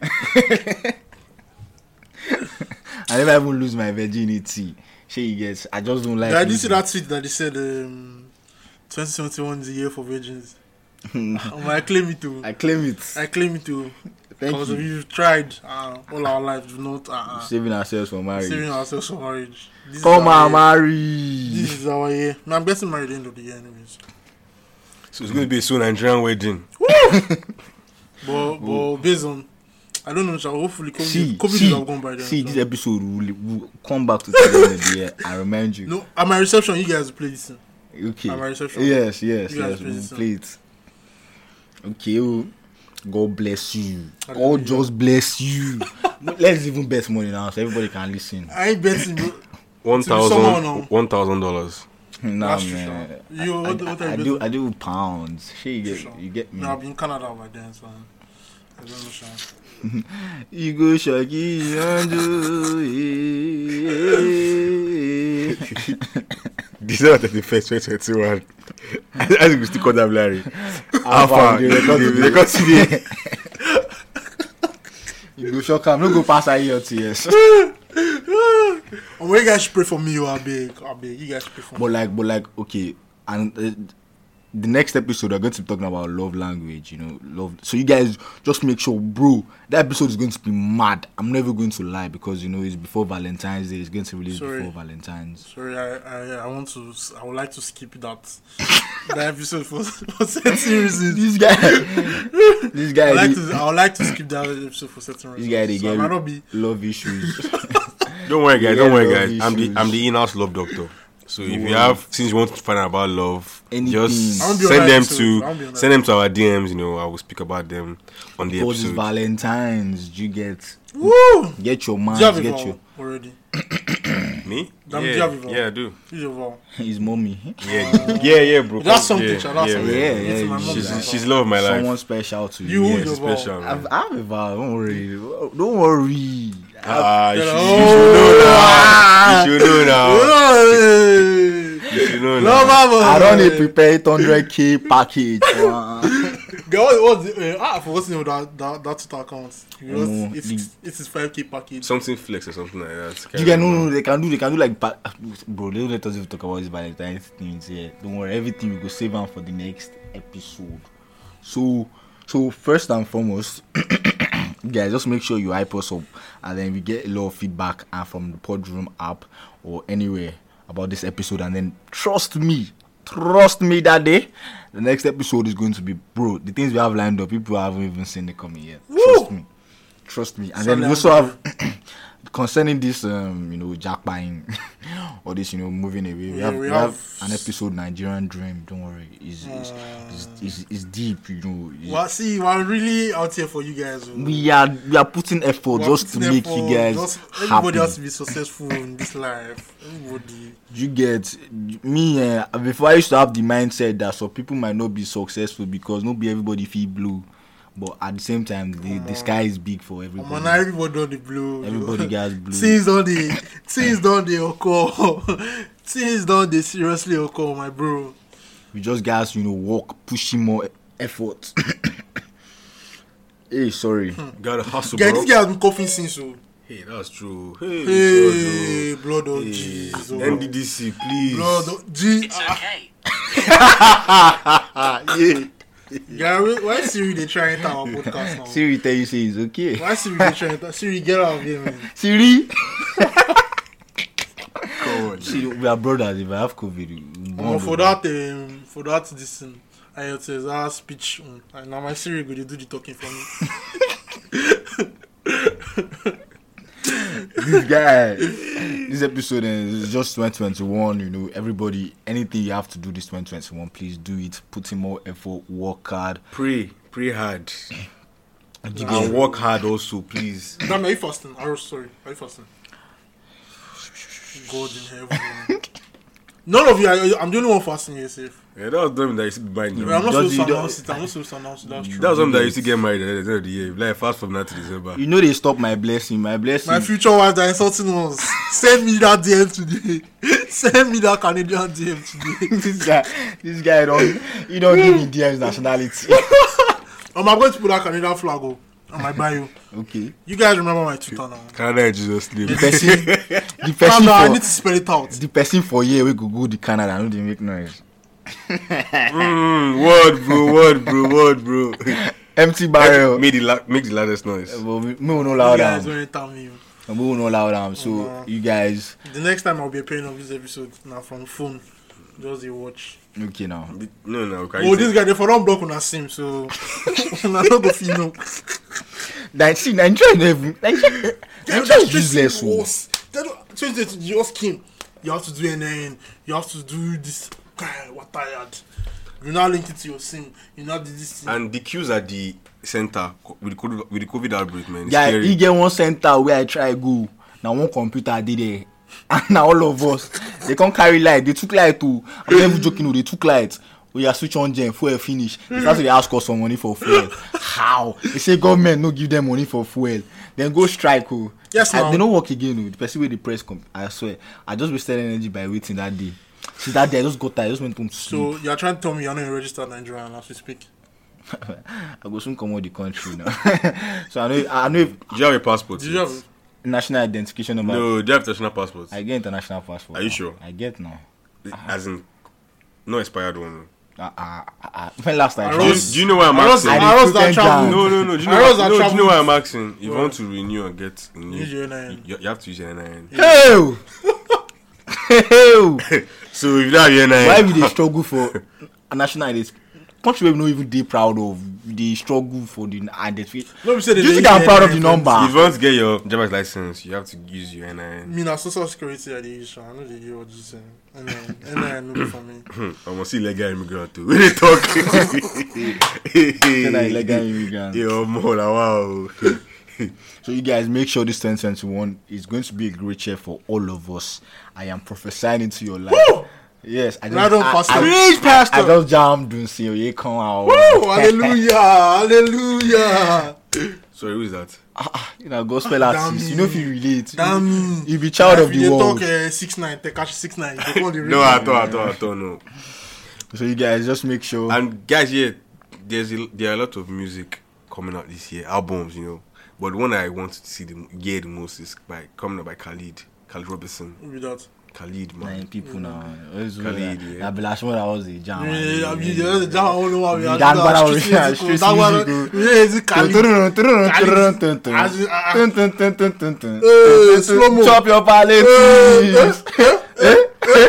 [SPEAKER 1] I never even lose my virginity. Shey you get. I just don't like.
[SPEAKER 3] Yeah, I did see
[SPEAKER 1] losing.
[SPEAKER 3] that tweet that they said um, 2021 is the year for virgins. Um, I claim it too.
[SPEAKER 1] I claim it.
[SPEAKER 3] I claim it too.
[SPEAKER 1] Thank
[SPEAKER 3] Because
[SPEAKER 1] you.
[SPEAKER 3] we've tried uh, all our life, we've not uh, uh,
[SPEAKER 1] Saving ourselves for marriage.
[SPEAKER 3] saving ourselves for marriage. This is
[SPEAKER 1] Come
[SPEAKER 3] our
[SPEAKER 1] on,
[SPEAKER 3] year. This
[SPEAKER 1] marry.
[SPEAKER 3] is our year. Man, I'm getting married end of the year, anyways.
[SPEAKER 2] So it's going to be a soon Nigerian wedding.
[SPEAKER 3] But but based on, I don't know. Shall hopefully COVID,
[SPEAKER 1] Oh. See,
[SPEAKER 3] COVID
[SPEAKER 1] see,
[SPEAKER 3] will have gone by then.
[SPEAKER 1] see.
[SPEAKER 3] so.
[SPEAKER 1] This episode will, will come back to the end of the year. I remind you.
[SPEAKER 3] no, at my reception, you guys will play this. thing.
[SPEAKER 1] Okay.
[SPEAKER 3] At my reception.
[SPEAKER 1] Yes, yes,
[SPEAKER 3] You
[SPEAKER 1] yes.
[SPEAKER 3] guys play this
[SPEAKER 1] We'll
[SPEAKER 3] song.
[SPEAKER 1] play it. Okay. oh. God bless you.
[SPEAKER 3] Hallelujah.
[SPEAKER 1] God just bless you. Let's even bet money now so everybody can listen.
[SPEAKER 3] I ain't betting. bro.
[SPEAKER 2] One
[SPEAKER 3] someone,
[SPEAKER 2] thousand,
[SPEAKER 3] no.
[SPEAKER 2] one thousand dollars.
[SPEAKER 1] No
[SPEAKER 3] That's true,
[SPEAKER 1] man.
[SPEAKER 3] sure. You-
[SPEAKER 1] I,
[SPEAKER 3] what-
[SPEAKER 1] I-
[SPEAKER 3] what are you
[SPEAKER 1] I
[SPEAKER 3] basing
[SPEAKER 1] do.
[SPEAKER 3] on?
[SPEAKER 1] I do pounds. Shit, you
[SPEAKER 3] Sure.
[SPEAKER 1] get, you get me.
[SPEAKER 3] No, I'll be in Canada by then, so I don't know. Sure.
[SPEAKER 1] You go shaggy and do it.
[SPEAKER 2] December thirty first, twenty twenty one. I think we still call that Larry.
[SPEAKER 1] Alpha,
[SPEAKER 3] Ah,
[SPEAKER 2] Alpha,
[SPEAKER 1] they
[SPEAKER 2] they
[SPEAKER 1] record
[SPEAKER 2] they-
[SPEAKER 1] today.
[SPEAKER 2] they record today.
[SPEAKER 1] You go shock am. No go pass IELTS.
[SPEAKER 3] Oh, well, you guys should pray for me. You are big. I beg. You guys should pray for me.
[SPEAKER 1] But like, but like, okay, and uh, the next episode we're going to be talking about love language. You know, love. So you guys just make sure, bro. That episode is going to be mad. I'm never going to lie because you know it's before Valentine's Day. It's going to release
[SPEAKER 3] Sorry.
[SPEAKER 1] before Valentine's.
[SPEAKER 3] Sorry, I, I I want to. s- I would like to skip that that episode for for certain reasons.
[SPEAKER 1] This guy, this guy,
[SPEAKER 3] I like
[SPEAKER 1] the-
[SPEAKER 3] to. I would like to skip that episode for certain
[SPEAKER 1] this
[SPEAKER 3] reasons.
[SPEAKER 1] guy, they
[SPEAKER 3] so I
[SPEAKER 1] get
[SPEAKER 3] might not be.
[SPEAKER 1] love issues.
[SPEAKER 2] Don't worry, guys.
[SPEAKER 1] Yeah,
[SPEAKER 2] Don't worry,
[SPEAKER 1] love
[SPEAKER 2] guys. I'm the
[SPEAKER 1] issues.
[SPEAKER 2] I'm the in-house love doctor. So if
[SPEAKER 1] worry.
[SPEAKER 2] you have since you want to find out about love,
[SPEAKER 1] Anything.
[SPEAKER 2] just
[SPEAKER 3] I won't be on that
[SPEAKER 2] send them
[SPEAKER 3] episode. I won't be on
[SPEAKER 2] to
[SPEAKER 3] that
[SPEAKER 2] send them to our DMs. You know, I will speak about them on the
[SPEAKER 1] Because it's
[SPEAKER 2] episode.
[SPEAKER 1] Valentine's. You get
[SPEAKER 3] Woo!
[SPEAKER 1] get your
[SPEAKER 3] Do
[SPEAKER 1] man,
[SPEAKER 3] you have a
[SPEAKER 1] get
[SPEAKER 3] vowel
[SPEAKER 1] your
[SPEAKER 3] already?
[SPEAKER 2] Me?
[SPEAKER 3] Damn, do you have
[SPEAKER 2] yeah,
[SPEAKER 3] it all?
[SPEAKER 2] yeah, I do.
[SPEAKER 3] Use your vowel.
[SPEAKER 1] his mommy.
[SPEAKER 2] Yeah, yeah, yeah, bro.
[SPEAKER 3] That's something,
[SPEAKER 2] Yeah,
[SPEAKER 3] child, that's
[SPEAKER 2] yeah,
[SPEAKER 3] something.
[SPEAKER 2] man.
[SPEAKER 1] Yeah, yeah,
[SPEAKER 3] It's my
[SPEAKER 1] you
[SPEAKER 3] mom's
[SPEAKER 1] should-
[SPEAKER 3] vowel.
[SPEAKER 2] She's she's love of my life.
[SPEAKER 1] Someone special to you.
[SPEAKER 3] You Oh.
[SPEAKER 2] yeah,
[SPEAKER 3] your
[SPEAKER 2] she's
[SPEAKER 3] ball.
[SPEAKER 2] special.
[SPEAKER 1] I've,
[SPEAKER 2] man.
[SPEAKER 1] I've a vowel. Don't worry. Don't worry.
[SPEAKER 2] Ah, you should-
[SPEAKER 3] Oh.
[SPEAKER 2] you should know now.
[SPEAKER 3] Hey!
[SPEAKER 2] You should know now. You should know
[SPEAKER 3] No,
[SPEAKER 2] now.
[SPEAKER 3] mama.
[SPEAKER 1] I don't need prepare 800k package. man.
[SPEAKER 3] Girl, what, what's the, uh, ah, I forgot to know that that that Twitter account. You know,
[SPEAKER 1] Mm,
[SPEAKER 3] it's
[SPEAKER 1] the-
[SPEAKER 3] it's it's his five k package.
[SPEAKER 2] Something flex or something like that.
[SPEAKER 1] you can no, no, they can do, they can do like, pa- bro. They let us even talk about this Valentine's things here. Don't worry, everything we go save on for the next episode. So, so first and foremost, guys, just make sure you hype us up, and then we get a lot of feedback and from the Podroom app or anywhere about this episode, and then trust me, trust me that day, the next episode is going to be bro. The things we have lined up, people haven't even seen it coming yet. Trust me, trust me, and
[SPEAKER 3] So
[SPEAKER 1] then we
[SPEAKER 3] now-
[SPEAKER 1] also have concerning this, um, you know, jack buying. all this, you know, moving away. We,
[SPEAKER 3] Yeah,
[SPEAKER 1] have,
[SPEAKER 3] we
[SPEAKER 1] we
[SPEAKER 3] have
[SPEAKER 1] have an episode Nigerian Dream. Don't worry, it's it's, it's,
[SPEAKER 3] Uh,
[SPEAKER 1] it's, it's deep, you know. It's-
[SPEAKER 3] Well, see, we're really out here for you guys. oh.
[SPEAKER 1] we are we are putting effort
[SPEAKER 3] We're
[SPEAKER 1] just to
[SPEAKER 3] putting
[SPEAKER 1] make
[SPEAKER 3] effort,
[SPEAKER 1] you guys
[SPEAKER 3] just-
[SPEAKER 1] happy.
[SPEAKER 3] Everybody has to be successful in this life. Everybody.
[SPEAKER 1] you get me eh, before i used to have the mindset that some people might not be successful because no be everybody fit blow but at the same time the, the sky is big for
[SPEAKER 3] Uh, Omo,
[SPEAKER 1] everybody
[SPEAKER 3] na everybody don dey blow.
[SPEAKER 1] everybody gets blue
[SPEAKER 3] Things don dey, things don dey occur. things don dey seriously occur, my bro.
[SPEAKER 1] we just guys you know work pushing more e-, effort hey sorry
[SPEAKER 2] Gotta hustle,
[SPEAKER 3] Guy,
[SPEAKER 2] bro.
[SPEAKER 3] this guy has been coughing since oh. o.
[SPEAKER 2] Hey, that's true. Hey,
[SPEAKER 3] Hey, blood
[SPEAKER 2] God, oh.
[SPEAKER 3] of
[SPEAKER 2] Hey,
[SPEAKER 3] Jesus. oh.
[SPEAKER 2] MDDC, please.
[SPEAKER 3] Blood oh, of Jesus.
[SPEAKER 4] okay.
[SPEAKER 2] Ah, yeah.
[SPEAKER 3] Guy, why why Siri dey try enter our podcast now?
[SPEAKER 1] siri tell you say it's okay
[SPEAKER 3] Why Siri dey try enter? Siri, get out of here, man.
[SPEAKER 1] siri
[SPEAKER 2] God.
[SPEAKER 1] Siri, we are brothers if i have covid we
[SPEAKER 3] Omo,
[SPEAKER 1] bond
[SPEAKER 3] Oh,
[SPEAKER 1] over.
[SPEAKER 3] for that, um, for that, this um, IELTS ah, speech, um, and now my Siri go dey do the talking for me.
[SPEAKER 1] this guy this episode is just 2021 you know everybody anything you have to do this 2021 please do it put in more effort work hard
[SPEAKER 2] Pray, pray hard.
[SPEAKER 1] You
[SPEAKER 2] And
[SPEAKER 1] get-
[SPEAKER 2] work hard also, please.
[SPEAKER 3] Damn, are you fasting? Oh, sorry. Are you fasting? God in heaven. None of you are. I'm the only one fasting here, safe.
[SPEAKER 2] Yeah, that was them that used to be buying.
[SPEAKER 3] Well, I'm
[SPEAKER 1] Just-
[SPEAKER 3] not supposed to
[SPEAKER 1] you don't-
[SPEAKER 3] announce it. I'm not supposed to announce it. That's true.
[SPEAKER 2] That was them that used to get married at the end of the year. Like, fast from now to December.
[SPEAKER 1] you know they stop my blessing my blessing
[SPEAKER 3] My future wife that insulting us. Send me that DM today. Send me that Canadian DM today.
[SPEAKER 1] this guy this guy don't he don't give me dm's nationality
[SPEAKER 3] Um, I'm going to put that Canadian flag oh. on my bio.
[SPEAKER 1] okay
[SPEAKER 3] You guys remember my Twitter now.
[SPEAKER 2] Canada in Jesus' name.
[SPEAKER 1] the person the
[SPEAKER 3] Calm
[SPEAKER 1] person
[SPEAKER 3] down, I need to
[SPEAKER 1] for
[SPEAKER 3] spell it out.
[SPEAKER 1] the person for here we go go to canada no dey make noise
[SPEAKER 2] mm, word, bro, word, bro, word, bro.
[SPEAKER 1] empty barrel
[SPEAKER 2] make, the la- make the loudest noise.
[SPEAKER 1] but we we no
[SPEAKER 3] You
[SPEAKER 1] loud
[SPEAKER 3] guys
[SPEAKER 1] am
[SPEAKER 3] don't tell me.
[SPEAKER 1] we no loud am so
[SPEAKER 3] Omo.
[SPEAKER 1] you guys
[SPEAKER 3] The next time I'll be appearing on this episode now from phone. Just a watch.
[SPEAKER 1] okay now
[SPEAKER 2] No, no, can
[SPEAKER 3] Oh, this guy, they for don block una sim, so una no go fit know.
[SPEAKER 1] Like, see, Nigeria no even Nigeria, Nigeria is useless. oh.
[SPEAKER 3] worse. They don't- Since they just came, you have to do NN, you have to do this. Guy, we're tired. You now link it to your sim. You now do this. Thing.
[SPEAKER 2] And the queues at the center co- with the COVID, with the COVID outbreak, man. It's
[SPEAKER 1] Yeah,
[SPEAKER 2] scary.
[SPEAKER 1] he get one center where I try go. Now one computer did there. And now all of us, they can't carry light. They took light too. I'm not even joking. oh, They took light. We are switch on gen fuel finish. They start to dey ask us for money for fuel. How? They say government no give them money for fuel. Then go strike. Oh.
[SPEAKER 3] Yes,
[SPEAKER 1] I,
[SPEAKER 3] ma'am.
[SPEAKER 1] They no work again. Oh. The person wey dey press comp. I swear. I just wasted energy by waiting that day. See that day I just got tired. I just went home to sleep.
[SPEAKER 3] So you're trying to tell me you're not a registered Nigerian as we speak.
[SPEAKER 1] I go soon come out the country now. so I know. I know. If,
[SPEAKER 2] Do you have a passport?
[SPEAKER 3] Did you have?
[SPEAKER 1] national identification number.
[SPEAKER 2] No, do you have international passport?
[SPEAKER 1] I get international passport.
[SPEAKER 2] Are you
[SPEAKER 1] now.
[SPEAKER 2] sure?
[SPEAKER 1] I get now.
[SPEAKER 2] As in, no expired one.
[SPEAKER 1] Ah, ah, ah, ah. When last I
[SPEAKER 3] I
[SPEAKER 2] Do you,
[SPEAKER 1] checked,
[SPEAKER 3] Rose-
[SPEAKER 2] do you know why I'm
[SPEAKER 3] I was,
[SPEAKER 2] asking?
[SPEAKER 1] did
[SPEAKER 3] I was that
[SPEAKER 1] put them
[SPEAKER 3] travel.
[SPEAKER 1] down.
[SPEAKER 2] No, no, no. Do you know,
[SPEAKER 3] Arrows
[SPEAKER 2] why,
[SPEAKER 3] are
[SPEAKER 2] no, do you know why I'm
[SPEAKER 3] traveled.
[SPEAKER 2] asking? If you want to renew and get new,
[SPEAKER 3] Use your NIN.
[SPEAKER 2] You, you have to use your NIN.
[SPEAKER 1] Hey! hey!
[SPEAKER 2] So if you don't have your NIN,
[SPEAKER 1] Why we dey struggle for a national identity? Country wey we no even dey proud of, we dey struggle for the identification.
[SPEAKER 3] No, we say
[SPEAKER 1] Do
[SPEAKER 3] they
[SPEAKER 1] you think
[SPEAKER 3] dey
[SPEAKER 1] I'm
[SPEAKER 3] use
[SPEAKER 1] proud of the
[SPEAKER 3] NIN
[SPEAKER 1] number?
[SPEAKER 2] if you want to get your driver's license, you have to use your
[SPEAKER 3] I
[SPEAKER 2] NIN.
[SPEAKER 3] mean, as social security, I did. I know they give all this. um, NN, NN, no be for me.
[SPEAKER 2] Hmm, I'm a illegal immigrant too. When they talk,
[SPEAKER 1] Say na
[SPEAKER 2] illegal
[SPEAKER 1] illegal immigrant.
[SPEAKER 2] Yeah, more like wow.
[SPEAKER 1] So you guys make sure this 2021 is going to be a great year for all of us. I am prophesying into your life.
[SPEAKER 3] Woo!
[SPEAKER 1] Yes, I
[SPEAKER 3] Now don't
[SPEAKER 1] I,
[SPEAKER 3] pastor.
[SPEAKER 1] I,
[SPEAKER 3] Preach, pastor.
[SPEAKER 1] I just jammed Dunsi Oye come out.
[SPEAKER 3] Woo! Hallelujah! Hallelujah!
[SPEAKER 2] Sorry, who is that?
[SPEAKER 1] Ah, you know, gospel artist. You know if you relate.
[SPEAKER 3] Ah, Damn
[SPEAKER 1] you,
[SPEAKER 3] me.
[SPEAKER 1] you be child of
[SPEAKER 3] If
[SPEAKER 1] the
[SPEAKER 3] you dey
[SPEAKER 1] world.
[SPEAKER 3] talk uh, six nine, they catch six nine. They call the
[SPEAKER 2] No, I thought, I thought, I thought, no.
[SPEAKER 1] So you guys just make sure.
[SPEAKER 2] And guys, yeah, there's a, there are a lot of music coming out this year, albums, you know. But the one I want to see the m- yeah the most is by coming out by Khalid, Khalid Robinson,
[SPEAKER 3] Who be that?
[SPEAKER 1] Ah,
[SPEAKER 2] Khalid
[SPEAKER 1] Nine
[SPEAKER 2] man.
[SPEAKER 1] people now. eh. Always do
[SPEAKER 2] Khalid,
[SPEAKER 1] that.
[SPEAKER 2] yeah.
[SPEAKER 1] That Blash one that was a jam.
[SPEAKER 3] Yeah, I mean, there's a jam all over. We are
[SPEAKER 1] That
[SPEAKER 3] doing
[SPEAKER 1] one
[SPEAKER 3] our
[SPEAKER 1] I was-
[SPEAKER 3] street
[SPEAKER 1] yeah,
[SPEAKER 3] musical,
[SPEAKER 1] street
[SPEAKER 3] that one-
[SPEAKER 1] musical.
[SPEAKER 3] Yeah, is it Khalid? As in, ah, ah. Eh, slow-mo.
[SPEAKER 1] Chop your palate,
[SPEAKER 3] Eh,
[SPEAKER 1] please.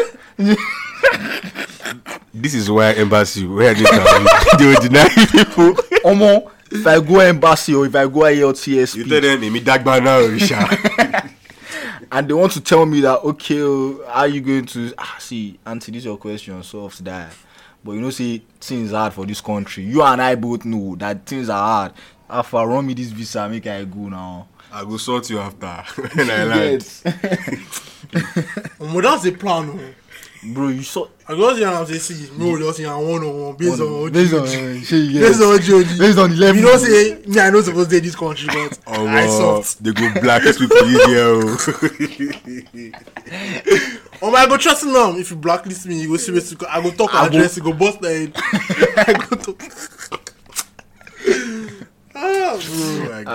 [SPEAKER 2] This is why embassy where they they will deny people.
[SPEAKER 1] Omo, if I go embassy or if I go IELTS,
[SPEAKER 2] You tell them me dagba now, Richard.
[SPEAKER 1] and they want to tell me that okay, oh, are you going to ah, see answer this your question? Soft that, but you know, see things hard for this country. You and I both know that things are hard. Alpha, run me this visa, make I go now.
[SPEAKER 2] I go sort you after when I
[SPEAKER 1] You
[SPEAKER 2] land.
[SPEAKER 3] Omo, that's the plan. oh.
[SPEAKER 1] get? bro, you saw
[SPEAKER 3] I go there and I say, see, no, just here, I want one based on what
[SPEAKER 1] based
[SPEAKER 3] you
[SPEAKER 1] on
[SPEAKER 3] do.
[SPEAKER 1] shey you get.
[SPEAKER 3] Based on what you do.
[SPEAKER 1] based on the level.
[SPEAKER 3] You know, say, me, I don't suppose to this country, but
[SPEAKER 2] Oh,
[SPEAKER 3] I
[SPEAKER 2] wow.
[SPEAKER 3] soft.
[SPEAKER 2] They go black people here.
[SPEAKER 3] Oh my god, trust me now. If you blacklist me, you go see where to go. I go talk
[SPEAKER 1] I
[SPEAKER 3] I
[SPEAKER 1] go-
[SPEAKER 3] address, you go bust the head. I go talk. ah, bro.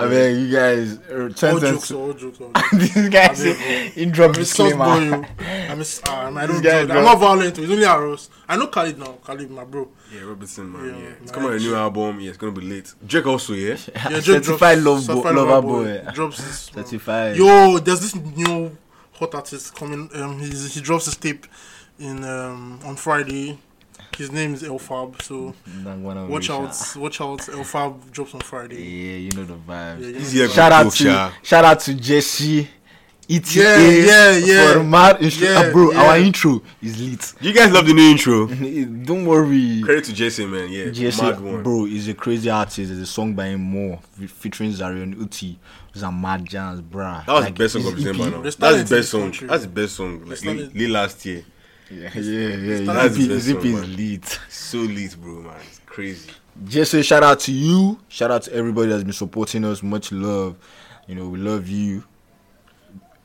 [SPEAKER 1] I mean, you guys, uh,
[SPEAKER 3] All
[SPEAKER 1] sentence.
[SPEAKER 3] jokes, all jokes, all jokes.
[SPEAKER 1] this guy said, he dropped
[SPEAKER 3] I'm a soft boy.
[SPEAKER 1] disclaimer.
[SPEAKER 3] oh. I'm a, s- ah, I'm- I
[SPEAKER 1] This
[SPEAKER 3] don't
[SPEAKER 1] guy
[SPEAKER 3] judge. I'm
[SPEAKER 1] got-
[SPEAKER 3] not violent. oh. It's only arrows. I know Khalid now. Khalid, my bro.
[SPEAKER 2] Yeah, Robertson, man.
[SPEAKER 3] Yeah,
[SPEAKER 2] Yeah,
[SPEAKER 3] man.
[SPEAKER 2] it's coming out a new album. Yeah, it's gonna be late. Drake also, yeah.
[SPEAKER 3] Yeah, Drake
[SPEAKER 1] ah. Certified love bo-
[SPEAKER 3] drops- Certified
[SPEAKER 1] lover
[SPEAKER 3] Lover
[SPEAKER 1] boy.
[SPEAKER 3] Drops this. one.
[SPEAKER 1] Certified.
[SPEAKER 3] Yo, there's this new hot artist coming. Um, he's, he drops his tape in um on Friday. His name is Elfab. So
[SPEAKER 1] Don't wanna
[SPEAKER 3] watch
[SPEAKER 1] wish,
[SPEAKER 3] out,
[SPEAKER 1] ah.
[SPEAKER 3] watch out. Elfab drops on Friday.
[SPEAKER 1] Yeah, you know the
[SPEAKER 3] Yeah,
[SPEAKER 1] vibes.
[SPEAKER 3] yeah.
[SPEAKER 2] This year
[SPEAKER 1] Shout
[SPEAKER 2] go
[SPEAKER 1] out
[SPEAKER 2] cool,
[SPEAKER 1] to
[SPEAKER 2] sha.
[SPEAKER 1] shout out to Jesse. ETA
[SPEAKER 3] Yeah, yeah, yeah.
[SPEAKER 1] For the mad intro,
[SPEAKER 3] Yeah,
[SPEAKER 1] Ah, bro.
[SPEAKER 3] yeah.
[SPEAKER 1] Our intro is lit.
[SPEAKER 2] You guys love the new intro.
[SPEAKER 1] Don't worry.
[SPEAKER 2] Credit to Jason, man. Yeah,
[SPEAKER 1] Jesse,
[SPEAKER 2] mad one.
[SPEAKER 1] bro, is a crazy artist. There's a song by him more fe- featuring Zarian Uti. Those are mad jams, bruh.
[SPEAKER 2] That was
[SPEAKER 1] Like, E
[SPEAKER 2] the best song of
[SPEAKER 1] his EP.
[SPEAKER 2] December. Now. That's
[SPEAKER 3] There's
[SPEAKER 2] the
[SPEAKER 3] talent in
[SPEAKER 2] best
[SPEAKER 3] this
[SPEAKER 2] song.
[SPEAKER 3] country.
[SPEAKER 2] That's the best song.
[SPEAKER 3] There's
[SPEAKER 2] Like, late,
[SPEAKER 3] talent.
[SPEAKER 2] late last year.
[SPEAKER 1] Yeah, yeah, yeah.
[SPEAKER 3] That's
[SPEAKER 1] His
[SPEAKER 2] the
[SPEAKER 1] EP, his EP
[SPEAKER 2] best song,
[SPEAKER 1] is
[SPEAKER 2] man.
[SPEAKER 1] lit.
[SPEAKER 2] So lit, bro, man. It's crazy.
[SPEAKER 1] Just say shout out to you. Shout out to everybody that's been supporting us. Much love. You know, we love you.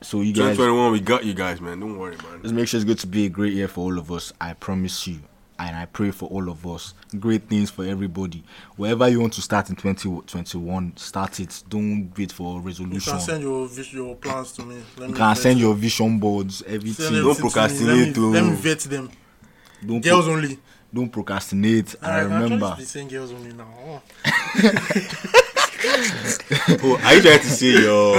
[SPEAKER 1] So you guys
[SPEAKER 2] 2021, we got you guys, man. Don't worry, man.
[SPEAKER 1] just make sure it's going to be a great year for all of us. I promise you. And I pray for all of us. Great things for everybody. Wherever you want to start in 2021, start it. Don't wait for
[SPEAKER 3] You
[SPEAKER 1] resolution.
[SPEAKER 3] can send your vis- your plans to me. Let
[SPEAKER 1] You
[SPEAKER 3] me
[SPEAKER 1] can
[SPEAKER 3] vet
[SPEAKER 1] send
[SPEAKER 3] it.
[SPEAKER 1] your vision boards,
[SPEAKER 3] Send
[SPEAKER 1] everything.
[SPEAKER 3] everything
[SPEAKER 1] Don't,
[SPEAKER 3] to
[SPEAKER 1] pro-
[SPEAKER 3] me.
[SPEAKER 2] procrastinate,
[SPEAKER 3] Let me, let me
[SPEAKER 2] oh.
[SPEAKER 3] vet them.
[SPEAKER 1] don't, pro-
[SPEAKER 3] Girls only.
[SPEAKER 1] don't procrastinate. And I
[SPEAKER 3] I'm actually
[SPEAKER 1] remember.
[SPEAKER 3] be saying girls only now. Oh.
[SPEAKER 2] Oh, are you trying to say your?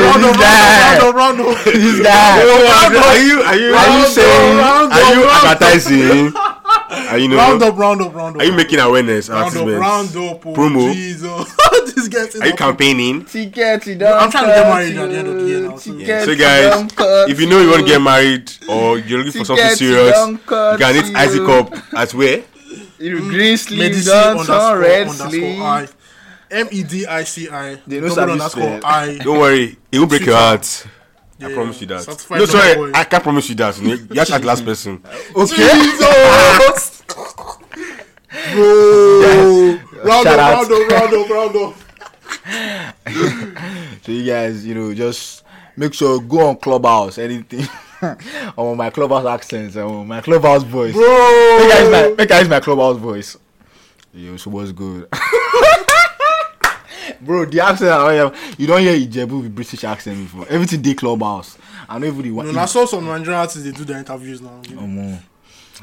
[SPEAKER 3] Round up, round up, round up, round up.
[SPEAKER 1] This guy.
[SPEAKER 2] are you? Are you?
[SPEAKER 1] Are you saying?
[SPEAKER 3] round
[SPEAKER 2] Are you
[SPEAKER 3] up,
[SPEAKER 2] advertising? Are you
[SPEAKER 3] Round
[SPEAKER 2] know?
[SPEAKER 3] up, round up, round up.
[SPEAKER 2] Are you making awareness?
[SPEAKER 3] round up,
[SPEAKER 2] advertisements?
[SPEAKER 3] round up, oh,
[SPEAKER 2] Promo?
[SPEAKER 3] Jesus. this guy says
[SPEAKER 2] Are you
[SPEAKER 3] up.
[SPEAKER 2] campaigning?
[SPEAKER 1] Ticket, you
[SPEAKER 3] I'm trying to get married at the end of the year now, so-
[SPEAKER 2] Yeah. So guys, if you know you want to get married or you're looking for something
[SPEAKER 1] Tickets
[SPEAKER 2] serious,
[SPEAKER 1] don't
[SPEAKER 2] you
[SPEAKER 1] cost
[SPEAKER 2] can hit
[SPEAKER 1] you.
[SPEAKER 2] Isaac up at where?
[SPEAKER 1] you green sleeve,
[SPEAKER 3] mm, Medici
[SPEAKER 1] don't
[SPEAKER 3] underscore
[SPEAKER 1] turn red
[SPEAKER 3] underscore
[SPEAKER 1] sleeve.
[SPEAKER 3] I. M E D I C I.
[SPEAKER 1] They no
[SPEAKER 3] double
[SPEAKER 1] sabi
[SPEAKER 3] underscore
[SPEAKER 1] spell.
[SPEAKER 3] I.
[SPEAKER 2] Don't worry, it won't break your heart. I
[SPEAKER 3] Yeah,
[SPEAKER 2] promise you that.
[SPEAKER 3] satisfy
[SPEAKER 2] No,
[SPEAKER 3] the boy.
[SPEAKER 2] sorry, I can't promise you that. You know, you are the last person.
[SPEAKER 1] Jesus!
[SPEAKER 3] Bro. Round
[SPEAKER 1] Shout
[SPEAKER 3] up,
[SPEAKER 1] out.
[SPEAKER 3] round up, round up, round up.
[SPEAKER 1] so you guys, you know, just make sure you go on Clubhouse, anything. or my Clubhouse accents, or my Clubhouse voice. Make I use my,
[SPEAKER 3] Bro.
[SPEAKER 1] make I use my Clubhouse voice. Yo, so what's good? Bro, the accent I have, you don't hear Ijebu with British accent before. Everything they clubhouse. I know everybody
[SPEAKER 3] No,
[SPEAKER 1] want.
[SPEAKER 3] na so some Nigerian artists they do their interviews now.
[SPEAKER 2] Oh
[SPEAKER 1] Omo.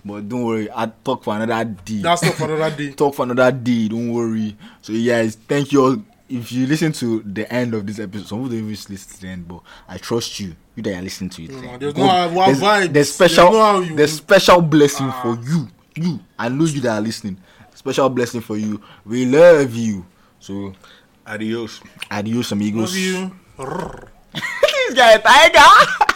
[SPEAKER 1] But don't worry, I talk for another day.
[SPEAKER 3] That's not for another day.
[SPEAKER 1] talk for another day. Don't worry. So you guys, thank you all. If you listen to the end of this episode, some of them even listen to the end, but I trust you. You that are listening to it.
[SPEAKER 3] No,
[SPEAKER 1] eh.
[SPEAKER 3] there's
[SPEAKER 1] God,
[SPEAKER 3] no how- what
[SPEAKER 1] there's,
[SPEAKER 3] vibes.
[SPEAKER 1] there's
[SPEAKER 3] There's
[SPEAKER 1] special,
[SPEAKER 3] no how you- Ah.
[SPEAKER 1] there's special blessing for you. You, I know you that are listening. Special blessing for you. We love you. So
[SPEAKER 2] Adios.
[SPEAKER 1] adios, amigos.
[SPEAKER 3] Love you. Rrr.
[SPEAKER 1] This guy, tiger.